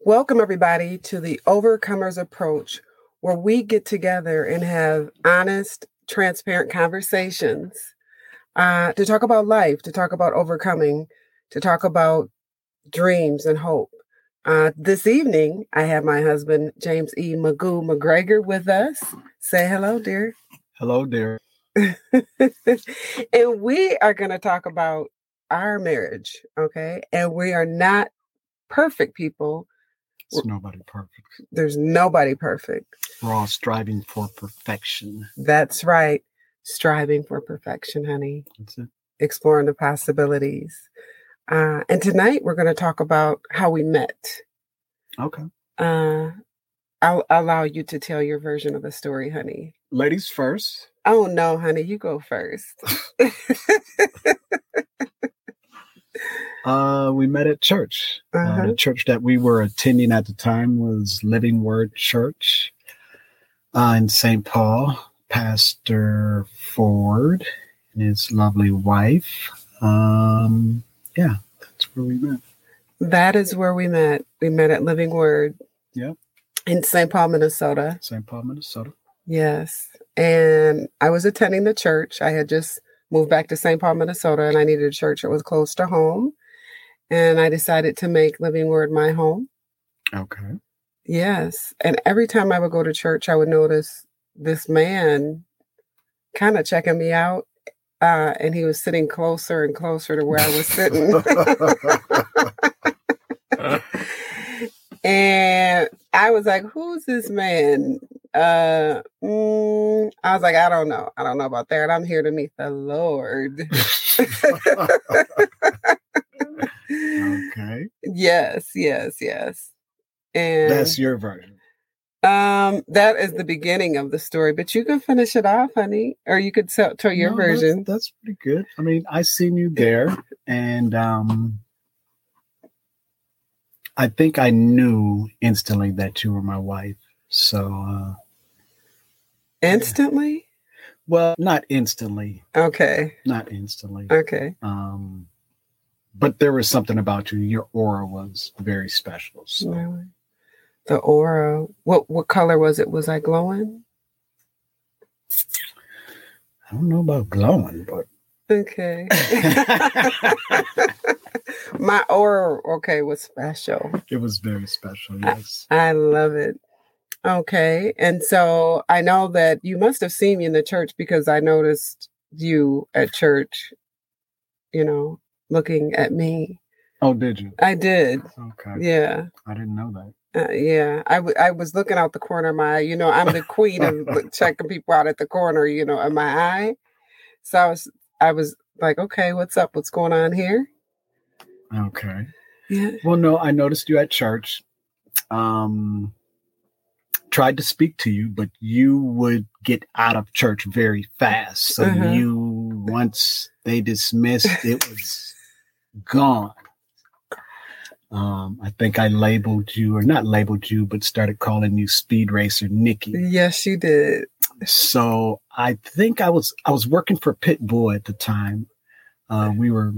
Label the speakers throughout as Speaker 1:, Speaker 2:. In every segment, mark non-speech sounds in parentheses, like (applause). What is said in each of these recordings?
Speaker 1: Welcome, everybody, to the Overcomers Approach, where we get together and have honest, transparent conversations uh, to talk about life, to talk about overcoming, to talk about dreams and hope. Uh, this evening, I have my husband, James E. Magoo McGregor, with us. Say hello, dear. (laughs)
Speaker 2: Hello, dear.
Speaker 1: and we are going to talk about our marriage, okay? And we are not perfect people.
Speaker 2: It's nobody perfect.
Speaker 1: There's nobody perfect.
Speaker 2: We're all striving for perfection.
Speaker 1: That's right. Striving for perfection, honey.
Speaker 2: That's it.
Speaker 1: Exploring the possibilities. Uh, and tonight we're going to talk about how we met.
Speaker 2: Okay.
Speaker 1: Uh, I'll allow you to tell your version of the story, honey.
Speaker 2: Ladies first.
Speaker 1: Oh, no, honey, you go first.
Speaker 2: Uh, we met at church. Uh,
Speaker 1: Uh-huh.
Speaker 2: the church that we were attending at the time was Living Word Church uh, in St. Paul. Pastor Ford and his lovely wife. Um, yeah, that's where we met.
Speaker 1: That is where we met. We met at Living Word.
Speaker 2: Yep.
Speaker 1: In St. Paul, Minnesota.
Speaker 2: St. Paul, Minnesota.
Speaker 1: Yes. And I was attending the church. I had just moved back to St. Paul, Minnesota, and I needed a church that was close to home. And I decided to make Living Word my home.
Speaker 2: Okay.
Speaker 1: Yes. And every time I would go to church, I would notice this man kind of checking me out. Uh, and he was sitting closer and closer to where I was
Speaker 2: (laughs)
Speaker 1: sitting. and I was like, "Who's this man?" Uh, mm, I was like, "I don't know. I don't know about that. I'm here to meet the Lord."
Speaker 2: (laughs)
Speaker 1: (laughs)
Speaker 2: okay.
Speaker 1: yes, yes, yes. And
Speaker 2: That's your version.
Speaker 1: um, that is the beginning of the story. But you can finish it off, honey, or you could tell, tell your
Speaker 2: No, that's-
Speaker 1: version.
Speaker 2: That's, pretty good. I mean, I seen you there, and um, I think I knew instantly that you were my wife. So, uh,
Speaker 1: Instantly.
Speaker 2: well, not instantly,
Speaker 1: Okay.
Speaker 2: not instantly.
Speaker 1: Okay.
Speaker 2: Um, but there was something about you. Your aura was very special. So
Speaker 1: Really? The aura. What what color was it? Was I glowing?
Speaker 2: I don't know about glowing,
Speaker 1: (laughs)
Speaker 2: but (laughs)
Speaker 1: Okay. (laughs) My aura, okay, was special.
Speaker 2: it was very special. Yes.
Speaker 1: I love it. Okay. And so I know that you must have seen me in the church because I noticed you at church, you know, looking at me.
Speaker 2: Oh, did you?
Speaker 1: I did.
Speaker 2: Okay.
Speaker 1: Yeah.
Speaker 2: I didn't know that.
Speaker 1: Uh, yeah. I, w- I was looking out the corner of my eye. You know, I'm the queen of look- checking people out at the corner, you know, of my eye. So I was, I was like, okay, what's up? What's going on here?
Speaker 2: Okay.
Speaker 1: Yeah.
Speaker 2: Well, no, I noticed you at church. Um, tried to speak to you, but you would get out of church very fast. So
Speaker 1: Uh-huh.
Speaker 2: you, once they dismissed, it was gone. Um, I think I labeled you, or not labeled you, but started calling you Speed Racer Nikki.
Speaker 1: Yes, you did.
Speaker 2: So I think I was I was working for Pitbull at the time. Uh, we were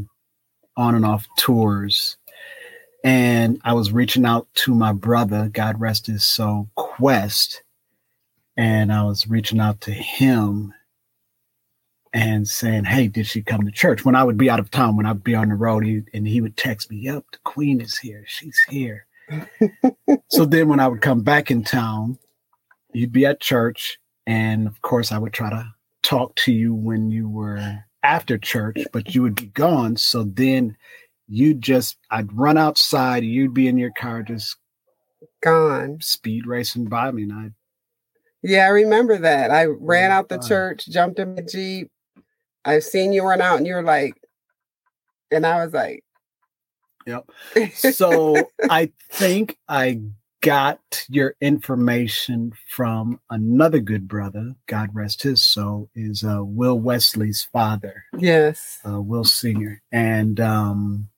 Speaker 2: on and off tours, and I was reaching out to my brother, God rest his soul, Quest, and I was reaching out to him and saying, "Hey, did she come to church?" When I would be out of town, when I'd be on the road, he, and he would text me, "Yep, the Queen is here. She's here." so then, when I would come back in town, you'd be at church, and of course, I would try to talk to you when you were after church, but you would be gone. So then you just, I'd run outside, you'd be in your car just
Speaker 1: Gone.
Speaker 2: speed racing by me. And I'd,
Speaker 1: Yeah, I remember that. I
Speaker 2: Oh
Speaker 1: ran out the
Speaker 2: fine.
Speaker 1: church, jumped in the Jeep. I've seen you run out and you were like, and I was like,
Speaker 2: Yep. so I think I got your information from another good brother, God rest his soul, is uh, Will Wesley's father.
Speaker 1: yes.
Speaker 2: uh, Will Singer, and um,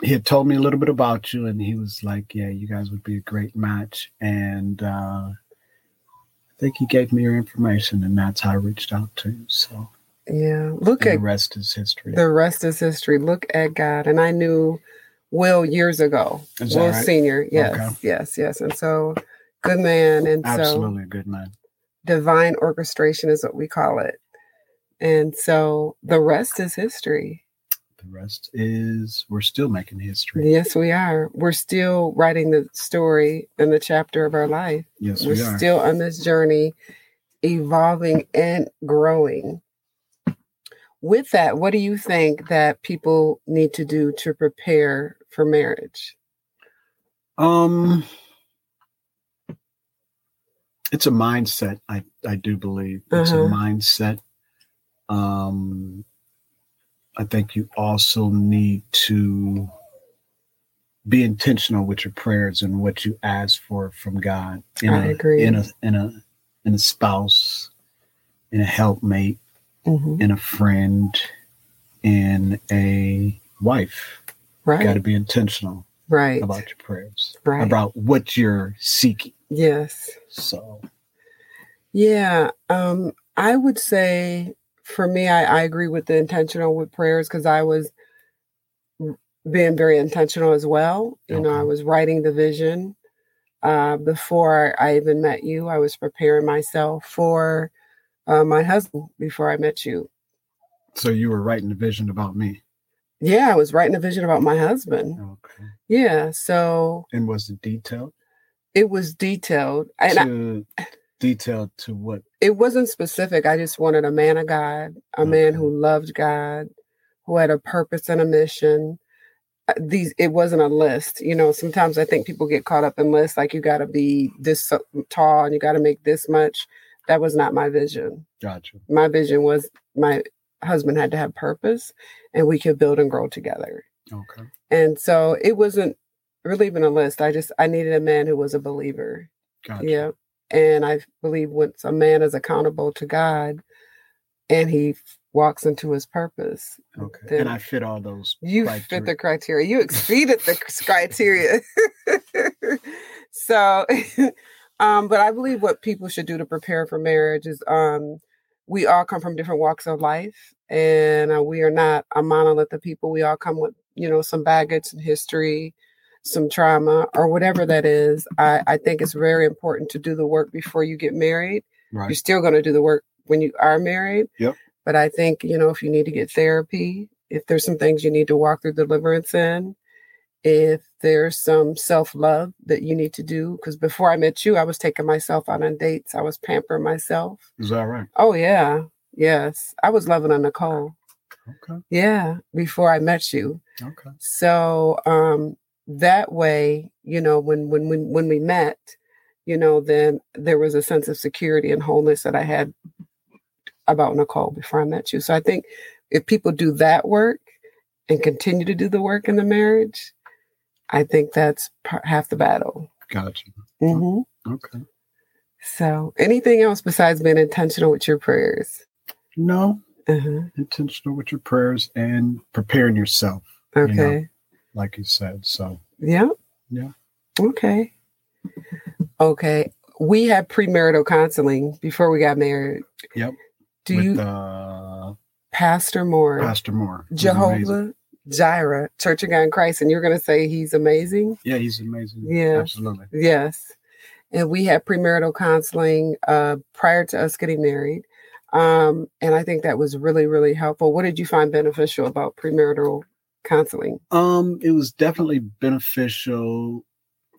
Speaker 2: he had told me a little bit about you, and he was like, "Yeah, you guys would be a great match." And uh, I think he gave me your information, and that's how I reached out to you. So
Speaker 1: Yeah. Look at
Speaker 2: and the rest is history.
Speaker 1: the rest is history. Look at God. And I knew Will years ago.
Speaker 2: Is that
Speaker 1: Will
Speaker 2: right?
Speaker 1: Senior. Yes,
Speaker 2: Okay.
Speaker 1: yes, yes. And so, good man. And so,
Speaker 2: Absolutely good man.
Speaker 1: divine orchestration is what we call it. And so, the rest is history.
Speaker 2: The rest is we're still making history.
Speaker 1: Yes, we are. We're still writing the story and the chapter of our life.
Speaker 2: Yes, we
Speaker 1: We're
Speaker 2: are.
Speaker 1: still on this journey, evolving and growing. With that, what do you think that people need to do to prepare for marriage?
Speaker 2: Um, it's a mindset. I I do believe it's
Speaker 1: Uh-huh.
Speaker 2: a mindset. Um, I think you also need to be intentional with your prayers and what you ask for from God. In
Speaker 1: I
Speaker 2: a-
Speaker 1: agree.
Speaker 2: In a in a in a spouse, in a helpmate,
Speaker 1: Mm-hmm.
Speaker 2: in a friend, in a wife.
Speaker 1: Right,
Speaker 2: Got to be intentional
Speaker 1: right,
Speaker 2: about your prayers
Speaker 1: right.
Speaker 2: about what you're seeking.
Speaker 1: yes,
Speaker 2: So
Speaker 1: yeah. Um, I would say for me, I, I agree with the intentional with prayers because I was being very intentional as well. You know,
Speaker 2: Okay.
Speaker 1: I was writing the vision uh, before I even met you. I was preparing myself for uh, my husband before I met you.
Speaker 2: so you were writing a vision about me.
Speaker 1: Yeah, I was writing a vision about my husband.
Speaker 2: Okay.
Speaker 1: Yeah, so
Speaker 2: And was it detailed?
Speaker 1: it was detailed, and I,
Speaker 2: to detailed to what?
Speaker 1: it wasn't specific. I just wanted a man of God, a man
Speaker 2: Okay.
Speaker 1: who loved God, who had a purpose and a mission. Uh, These it wasn't a list, you know. Sometimes I think people get caught up in lists, like you got to be this so- tall and you got to make this much. That was not my vision.
Speaker 2: Gotcha.
Speaker 1: my vision was my husband had to have purpose and we could build and grow together.
Speaker 2: Okay.
Speaker 1: And so it wasn't really even a list. I just I needed a man who was a believer.
Speaker 2: Gotcha.
Speaker 1: Yeah. And I believe once a man is accountable to God and he f- walks into his purpose.
Speaker 2: Okay.
Speaker 1: Then
Speaker 2: and I fit all those.
Speaker 1: you fit the criteria. You exceeded the c- criteria. (laughs) so, (laughs) um, but I believe what people should do to prepare for marriage is um, we all come from different walks of life, and uh, we are not a monolith of people. We all come with you know some baggage and history, some trauma or whatever that is. I, I think it's very important to do the work before you get married you're
Speaker 2: Right.
Speaker 1: still going to do the work when you are married.
Speaker 2: Yep.
Speaker 1: But I think, you know, if you need to get therapy, if there's some things you need to walk through deliverance in, if there's some self love that you need to do, because before I met you, I was taking myself out on dates, I was pampering myself.
Speaker 2: Is that right?
Speaker 1: Oh, yeah. Yes. I was loving on Nicole.
Speaker 2: Okay.
Speaker 1: Yeah. Before I met you.
Speaker 2: Okay.
Speaker 1: So um that way, you know, when when when when we met, you know, then there was a sense of security and wholeness that I had about Nicole before I met you. So I think if people do that work and continue to do the work in the marriage, I think that's par- half the battle.
Speaker 2: Gotcha.
Speaker 1: Mhm.
Speaker 2: Okay.
Speaker 1: So anything else besides being intentional with your prayers?
Speaker 2: No,
Speaker 1: Uh-huh.
Speaker 2: intentional with your prayers and preparing yourself,
Speaker 1: Okay.
Speaker 2: like you said. So
Speaker 1: Yeah.
Speaker 2: Yeah.
Speaker 1: Okay. Okay. We had premarital counseling before we got married.
Speaker 2: Yep.
Speaker 1: Do
Speaker 2: with
Speaker 1: you,
Speaker 2: uh,
Speaker 1: Pastor Moore,
Speaker 2: Pastor Moore, he's amazing.
Speaker 1: Jehovah Jireh, Church of God in Christ, and you're going to say he's amazing?
Speaker 2: Yeah, he's amazing.
Speaker 1: Yeah.
Speaker 2: Absolutely.
Speaker 1: Yes. And we had premarital counseling uh, prior to us getting married. Um, and I think that was really, really helpful. What did you find beneficial about premarital counseling?
Speaker 2: Um, it was definitely beneficial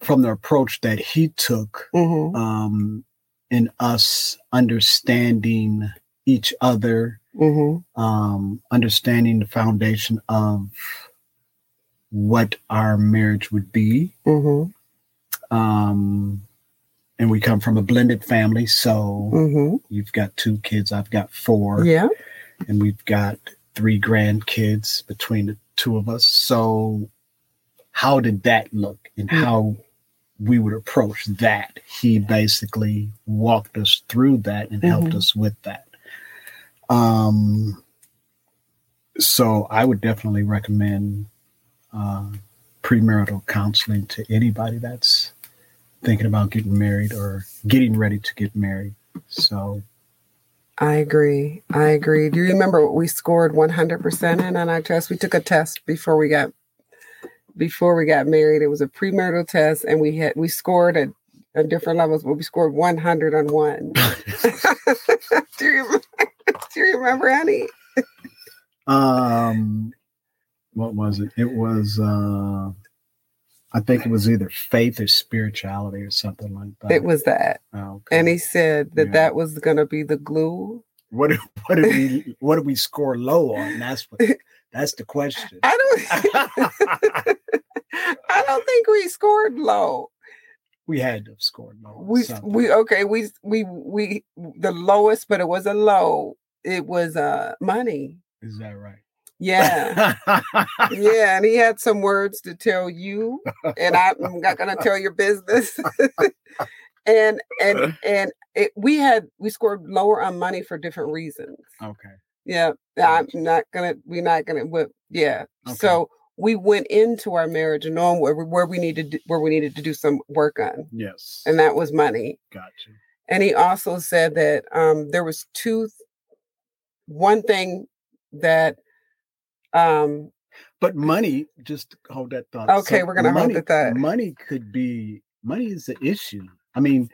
Speaker 2: from the approach that he took
Speaker 1: Mm-hmm.
Speaker 2: um, in us understanding each other,
Speaker 1: Mm-hmm.
Speaker 2: um, understanding the foundation of what our marriage would be.
Speaker 1: Mm-hmm.
Speaker 2: Um, and we come from a blended family, so
Speaker 1: Mm-hmm.
Speaker 2: you've got two kids, I've got four,
Speaker 1: Yeah.
Speaker 2: and we've got three grandkids between the two of us. So, how did that look and
Speaker 1: Mm.
Speaker 2: how we would approach that? He basically walked us through that and helped
Speaker 1: Mhm.
Speaker 2: us with that. Um, so, I would definitely recommend uh, premarital counseling to anybody that's thinking about getting married or getting ready to get married. So,
Speaker 1: I agree. I agree. Do you remember what we scored 100% in on our test? We took a test before we got before we got married. It was a premarital test, and we had we scored at, at different levels, but we scored 100 on one. (laughs) do, you remember, (laughs) do you remember, honey?
Speaker 2: Um, what was it? It was. Uh, I think it was either faith or spirituality or something like that.
Speaker 1: It was that. Oh, okay. And he said that yeah. that was going to be the glue.
Speaker 2: What did, what
Speaker 1: (laughs)
Speaker 2: did we what did we score low on? That's what that's the
Speaker 1: (laughs)
Speaker 2: question. (laughs)
Speaker 1: I don't I don't think we scored low.
Speaker 2: We had to have scored low.
Speaker 1: We something. we okay, we we we the lowest but it was a low. It was uh money.
Speaker 2: Is that right?
Speaker 1: Yeah. yeah. And he had some words to tell you, and I'm not gonna tell your business. (laughs) and and and it, we had we scored lower on money for different reasons.
Speaker 2: (laughs) Okay.
Speaker 1: Yeah. I'm not gonna we're not gonna but yeah. Okay. So we went into our marriage knowing where we, where we needed to, where we needed to do some work on.
Speaker 2: Yes.
Speaker 1: And that was money.
Speaker 2: Gotcha.
Speaker 1: And he also said that um there was two one thing that um,
Speaker 2: but money, just hold that thought.
Speaker 1: Okay, so we're gonna
Speaker 2: money,
Speaker 1: hold that.
Speaker 2: Money could be money is the issue. I mean,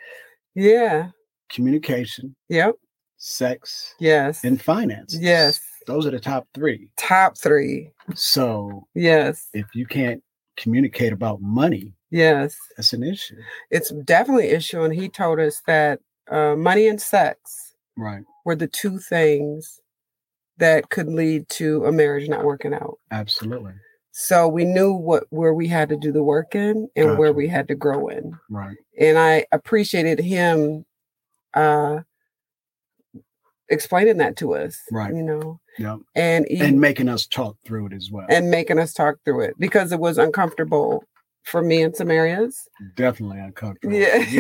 Speaker 1: yeah,
Speaker 2: communication.
Speaker 1: Yep.
Speaker 2: Sex.
Speaker 1: Yes.
Speaker 2: And finance.
Speaker 1: Yes.
Speaker 2: Those are the top three.
Speaker 1: Top three.
Speaker 2: So
Speaker 1: yes,
Speaker 2: if you can't communicate about money,
Speaker 1: yes,
Speaker 2: that's an issue.
Speaker 1: It's definitely an issue, and he told us that uh, money and sex,
Speaker 2: right,
Speaker 1: were the two things that could lead to a marriage not working out.
Speaker 2: Absolutely.
Speaker 1: So we knew what where we had to do the work in and gotcha. where we had to grow in.
Speaker 2: Right.
Speaker 1: And I appreciated him uh explaining that to us.
Speaker 2: Right.
Speaker 1: You know.
Speaker 2: Yeah.
Speaker 1: And e
Speaker 2: even, and making us talk through it as well.
Speaker 1: And making us talk through it because it was uncomfortable for me in some areas.
Speaker 2: Definitely uncomfortable.
Speaker 1: Yeah.
Speaker 2: (laughs)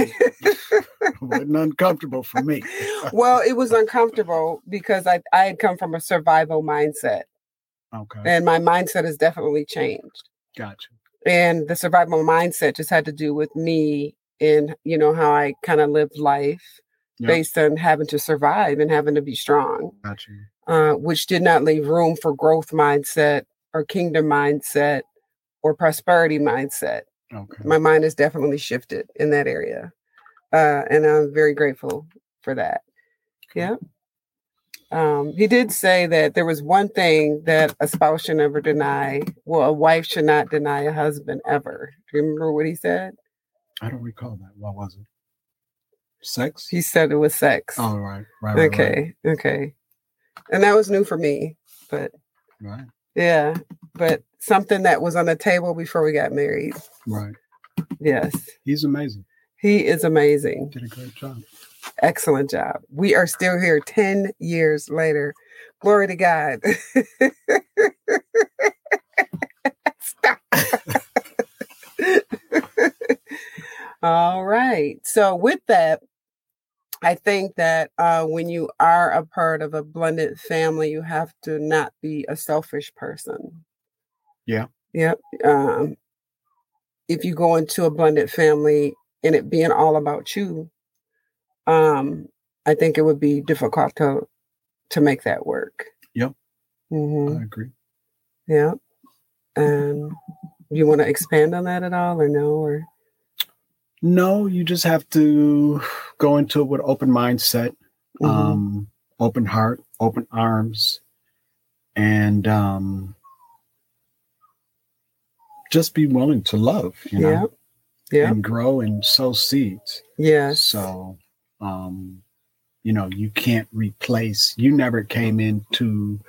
Speaker 2: wasn't uncomfortable for me.
Speaker 1: (laughs) well, it was uncomfortable because I, I had come from a survival mindset.
Speaker 2: Okay.
Speaker 1: And my mindset has definitely changed.
Speaker 2: Gotcha.
Speaker 1: And the survival mindset just had to do with me and you know how I kind of lived life yep. based on having to survive and having to be strong.
Speaker 2: Gotcha.
Speaker 1: Uh, which did not leave room for growth mindset or kingdom mindset or prosperity mindset.
Speaker 2: Okay.
Speaker 1: My mind has definitely shifted in that area. Uh, and I'm very grateful for that. Yeah. Um, he did say that there was one thing that a spouse should never deny. Well, a wife should not deny a husband ever. Do you remember what he said?
Speaker 2: I don't recall that. What was it? Sex?
Speaker 1: He said it was sex.
Speaker 2: All oh, right, right. right
Speaker 1: okay. Right. Okay. And that was new for me, but
Speaker 2: right.
Speaker 1: Yeah. But something that was on the table before we got married.
Speaker 2: Right.
Speaker 1: Yes.
Speaker 2: He's amazing.
Speaker 1: He is amazing.
Speaker 2: Did a great job.
Speaker 1: Excellent job. We are still here 10 years later. Glory to God. (laughs) Stop. All right. So, with that, I think that uh, when you are a part of a blended family, you have to not be a selfish person.
Speaker 2: Yeah.
Speaker 1: Yep. Um, if you go into a blended family, and it being all about you um i think it would be difficult to to make that work
Speaker 2: yep
Speaker 1: mm-hmm.
Speaker 2: i agree
Speaker 1: yeah and um, you want to expand on that at all or no or
Speaker 2: no you just have to go into it with open mindset mm-hmm. um open heart open arms and um just be willing to love you know
Speaker 1: yep yeah.
Speaker 2: and grow and sow seeds.
Speaker 1: Yeah.
Speaker 2: So, um, you know, you can't replace. You never came into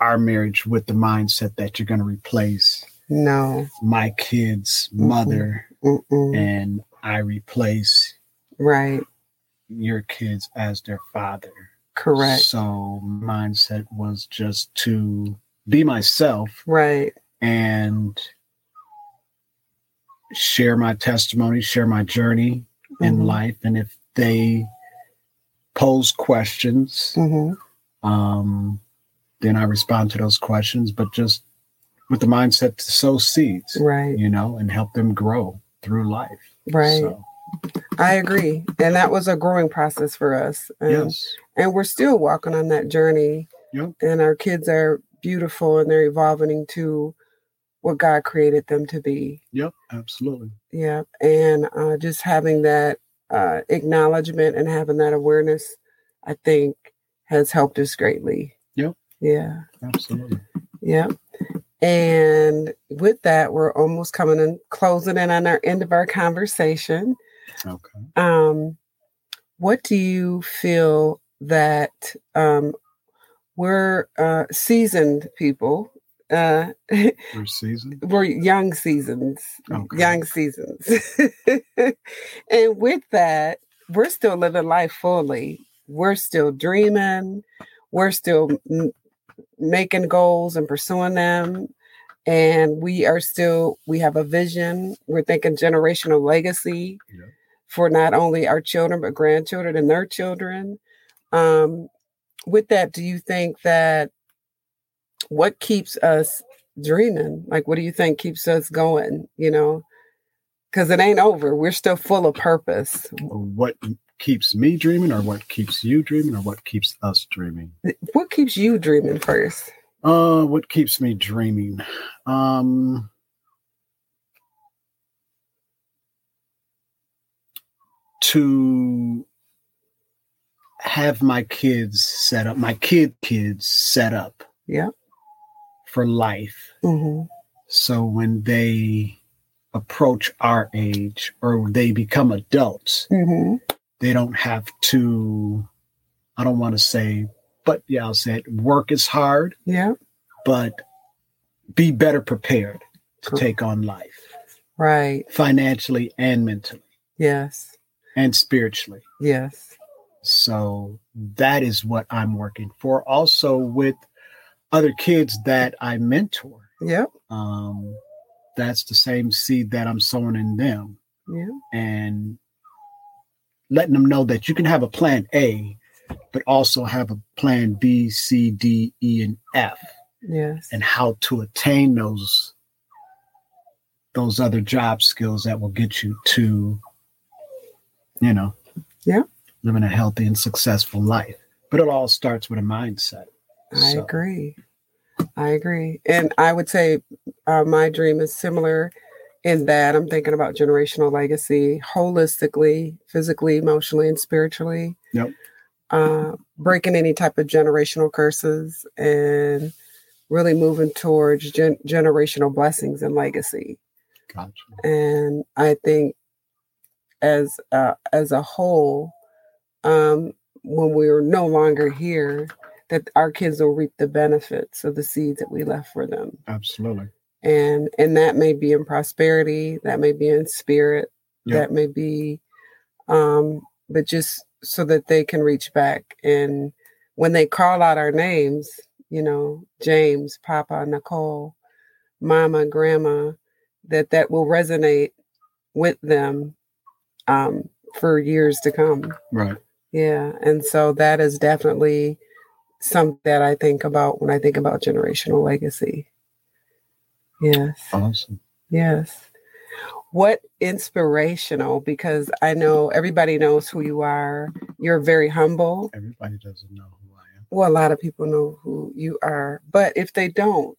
Speaker 2: our marriage with the mindset that you're going to replace.
Speaker 1: No.
Speaker 2: My kid's
Speaker 1: Mm-hmm.
Speaker 2: Mm-mm. mother,
Speaker 1: Mm-mm.
Speaker 2: and I replace.
Speaker 1: Right.
Speaker 2: Your kids as their father.
Speaker 1: Correct.
Speaker 2: So mindset was just to be myself.
Speaker 1: Right.
Speaker 2: And share my testimony, share my journey mm-hmm. in life. And if they pose questions,
Speaker 1: mm-hmm.
Speaker 2: um, then I respond to those questions, but just with the mindset to sow seeds,
Speaker 1: right?
Speaker 2: You know, and help them grow through life,
Speaker 1: right? So. I agree, and that was a growing process for us. And,
Speaker 2: yes,
Speaker 1: and we're still walking on that journey.
Speaker 2: Yep.
Speaker 1: And our kids are beautiful, and they're evolving to what God created them to be.
Speaker 2: Yep, absolutely.
Speaker 1: Yeah. And uh, just having that uh, acknowledgement and having that awareness, I think, has helped us greatly.
Speaker 2: Yep.
Speaker 1: Yeah.
Speaker 2: Absolutely.
Speaker 1: Yeah. And with that, we're almost coming and closing in on our end of our conversation.
Speaker 2: Okay.
Speaker 1: Um, what do you feel that um, we're uh, seasoned people? Uh,
Speaker 2: Your season.
Speaker 1: we're young seasons,
Speaker 2: Okay.
Speaker 1: young seasons. (laughs) and with that, we're still living life fully. We're still dreaming. We're still m- making goals and pursuing them. And we are still, we have a vision. We're thinking generational legacy
Speaker 2: Yeah.
Speaker 1: for not only our children, but grandchildren and their children. Um, with that, do you think that what keeps us dreaming? Like, what do you think keeps us going? You know, because it ain't over. We're still full of purpose.
Speaker 2: What keeps me dreaming, or what keeps you dreaming, or what keeps us dreaming?
Speaker 1: What keeps you dreaming first?
Speaker 2: Uh, what keeps me dreaming? Um, to have my kids set up, my kid kids set up
Speaker 1: Yeah.
Speaker 2: for life.
Speaker 1: Mm-hmm.
Speaker 2: So when they approach our age or they become adults,
Speaker 1: Mm-hmm.
Speaker 2: they don't have to, I don't want to say, but yeah, I'll say it work is hard
Speaker 1: Yeah.
Speaker 2: but be better prepared to
Speaker 1: Correct.
Speaker 2: take on life
Speaker 1: Right.
Speaker 2: financially and mentally
Speaker 1: Yes.
Speaker 2: and spiritually.
Speaker 1: Yes.
Speaker 2: So that is what I'm working for. Also, with other kids that I mentor,
Speaker 1: Yep.
Speaker 2: um, that's the same seed that I'm sowing in them
Speaker 1: Yeah.
Speaker 2: and letting them know that you can have a plan A, but also have a plan B, C, D, E, and F.
Speaker 1: Yes.
Speaker 2: and how to attain those those other job skills that will get you to you know
Speaker 1: Yeah.
Speaker 2: living a healthy and successful life but it all starts with a mindset
Speaker 1: I
Speaker 2: So,
Speaker 1: agree. I agree. And I would say uh, my dream is similar in that I'm thinking about generational legacy holistically, physically, emotionally, and spiritually.
Speaker 2: Yep.
Speaker 1: Uh, breaking any type of generational curses and really moving towards gen- generational blessings and legacy.
Speaker 2: gotcha.
Speaker 1: And I think as uh, as a whole, um, when we're no longer here, that our kids will reap the benefits of the seeds that we left for them
Speaker 2: absolutely
Speaker 1: and and that may be in prosperity that may be in spirit
Speaker 2: Yeah.
Speaker 1: that may be um but just so that they can reach back and when they call out our names you know james papa nicole mama grandma that that will resonate with them um for years to come
Speaker 2: right
Speaker 1: yeah and so that is definitely something that i think about when i think about generational legacy yes
Speaker 2: awesome
Speaker 1: Yes. What inspirational, because I know everybody knows who you are. You're very humble.
Speaker 2: everybody doesn't know who i am
Speaker 1: Well, a lot of people know who you are, but if they don't,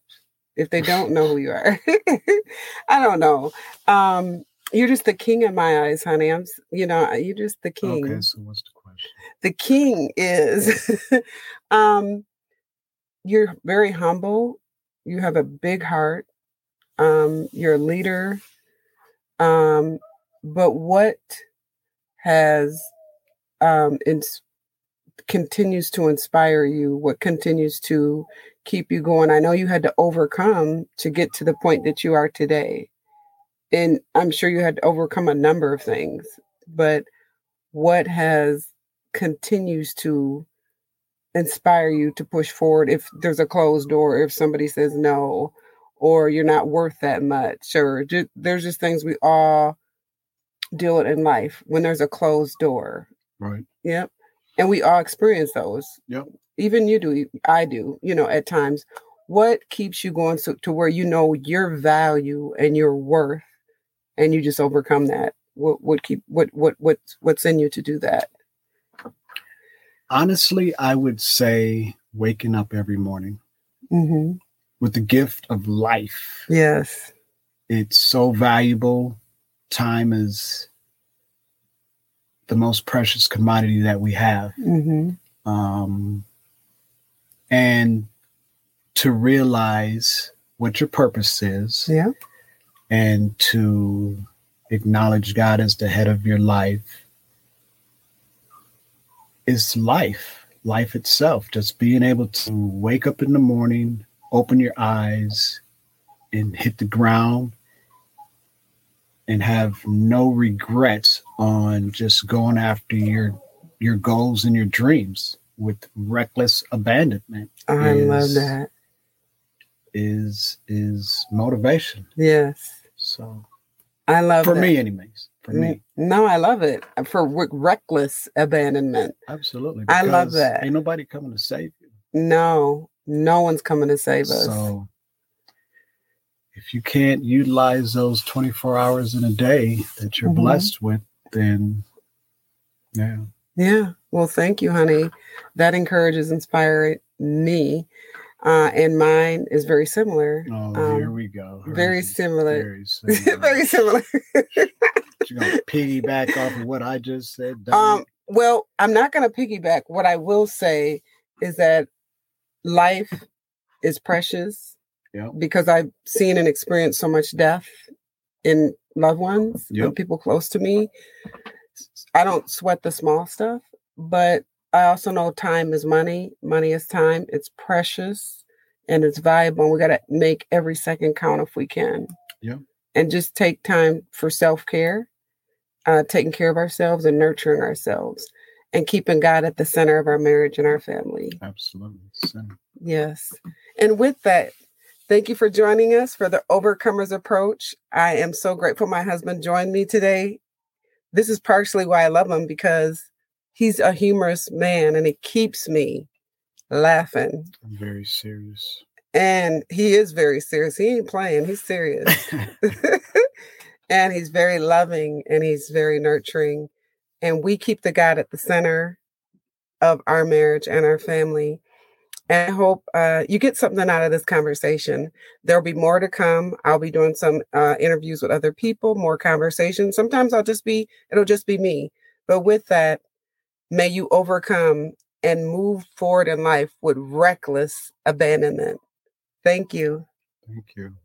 Speaker 1: if they don't know who you are, (laughs) I don't know. Um, you're just the king in my eyes, honey. I'm, s- you know, you're just the king.
Speaker 2: okay so what's the question
Speaker 1: The king is, (laughs) um, you're very humble. You have a big heart. Um, you're a leader. Um, but what has um, ins- continues to inspire you? What continues to keep you going? I know you had to overcome to get to the point that you are today, and I'm sure you had to overcome a number of things. But what has continues to inspire you to push forward if there's a closed door, if somebody says no, or you're not worth that much, or ju- there's just things we all deal with in life when there's a closed door.
Speaker 2: right
Speaker 1: Yep. And we all experience those.
Speaker 2: Yep.
Speaker 1: Even you do, I do, you know, at times. What keeps you going so, to where you know your value and your worth and you just overcome that? What what keep what what what's what's in you to do that?
Speaker 2: honestly i would say waking up every morning
Speaker 1: Mm-hmm.
Speaker 2: with the gift of life.
Speaker 1: Yes.
Speaker 2: It's so valuable. Time is the most precious commodity that we have.
Speaker 1: Mm-hmm.
Speaker 2: Um, and to realize what your purpose is
Speaker 1: Yeah.
Speaker 2: and to acknowledge God as the head of your life is life, life itself. Just being able to wake up in the morning, open your eyes, and hit the ground and have no regrets on just going after your your goals and your dreams with reckless abandonment
Speaker 1: I love
Speaker 2: Is-
Speaker 1: that.
Speaker 2: is is motivation.
Speaker 1: Yes.
Speaker 2: So
Speaker 1: I love
Speaker 2: for
Speaker 1: that. Mm.
Speaker 2: me anyways, for me.
Speaker 1: No, I love it for re- reckless abandonment.
Speaker 2: Absolutely.
Speaker 1: I love
Speaker 2: because
Speaker 1: that.
Speaker 2: Ain't nobody coming to save you.
Speaker 1: No, no one's coming to save us.
Speaker 2: So if you can't utilize those 24 hours in a day that you're
Speaker 1: Mhm.
Speaker 2: blessed with, then yeah.
Speaker 1: Yeah. Well, thank you, honey. That encourages, inspired me, uh, and mine is very similar.
Speaker 2: Oh,
Speaker 1: Um,
Speaker 2: here we go. Hers
Speaker 1: very
Speaker 2: is
Speaker 1: similar. (laughs)
Speaker 2: Very similar.
Speaker 1: very similar.
Speaker 2: You're gonna piggyback off of what I just said. Dominic?
Speaker 1: Um, well, I'm not going to piggyback. What I will say is that life is precious
Speaker 2: Yep.
Speaker 1: because I've seen and experienced so much death in loved ones
Speaker 2: Yep.
Speaker 1: and people close to me. I don't sweat the small stuff, but I also know time is money. Money is time. It's precious and it's valuable. And we got to make every second count if we can.
Speaker 2: Yep.
Speaker 1: And just take time for self care, uh, taking care of ourselves and nurturing ourselves and keeping God at the center of our marriage and our family.
Speaker 2: Absolutely. Same.
Speaker 1: Yes. And with that, thank you for joining us for the Overcomers Approach. I am so grateful my husband joined me today. This is partially why I love him because he's a humorous man and he keeps me laughing.
Speaker 2: I'm very serious.
Speaker 1: (laughs) And he is very serious. He ain't playing, he's serious. (laughs) and he's very loving and he's very nurturing. And we keep the God at the center of our marriage and our family. And I hope uh, you get something out of this conversation. There'll be more to come. I'll be doing some uh, interviews with other people, more conversations. Sometimes I'll just be, it'll just be me. But with that, may you overcome and move forward in life with reckless abandonment. Thank you.
Speaker 2: Thank you.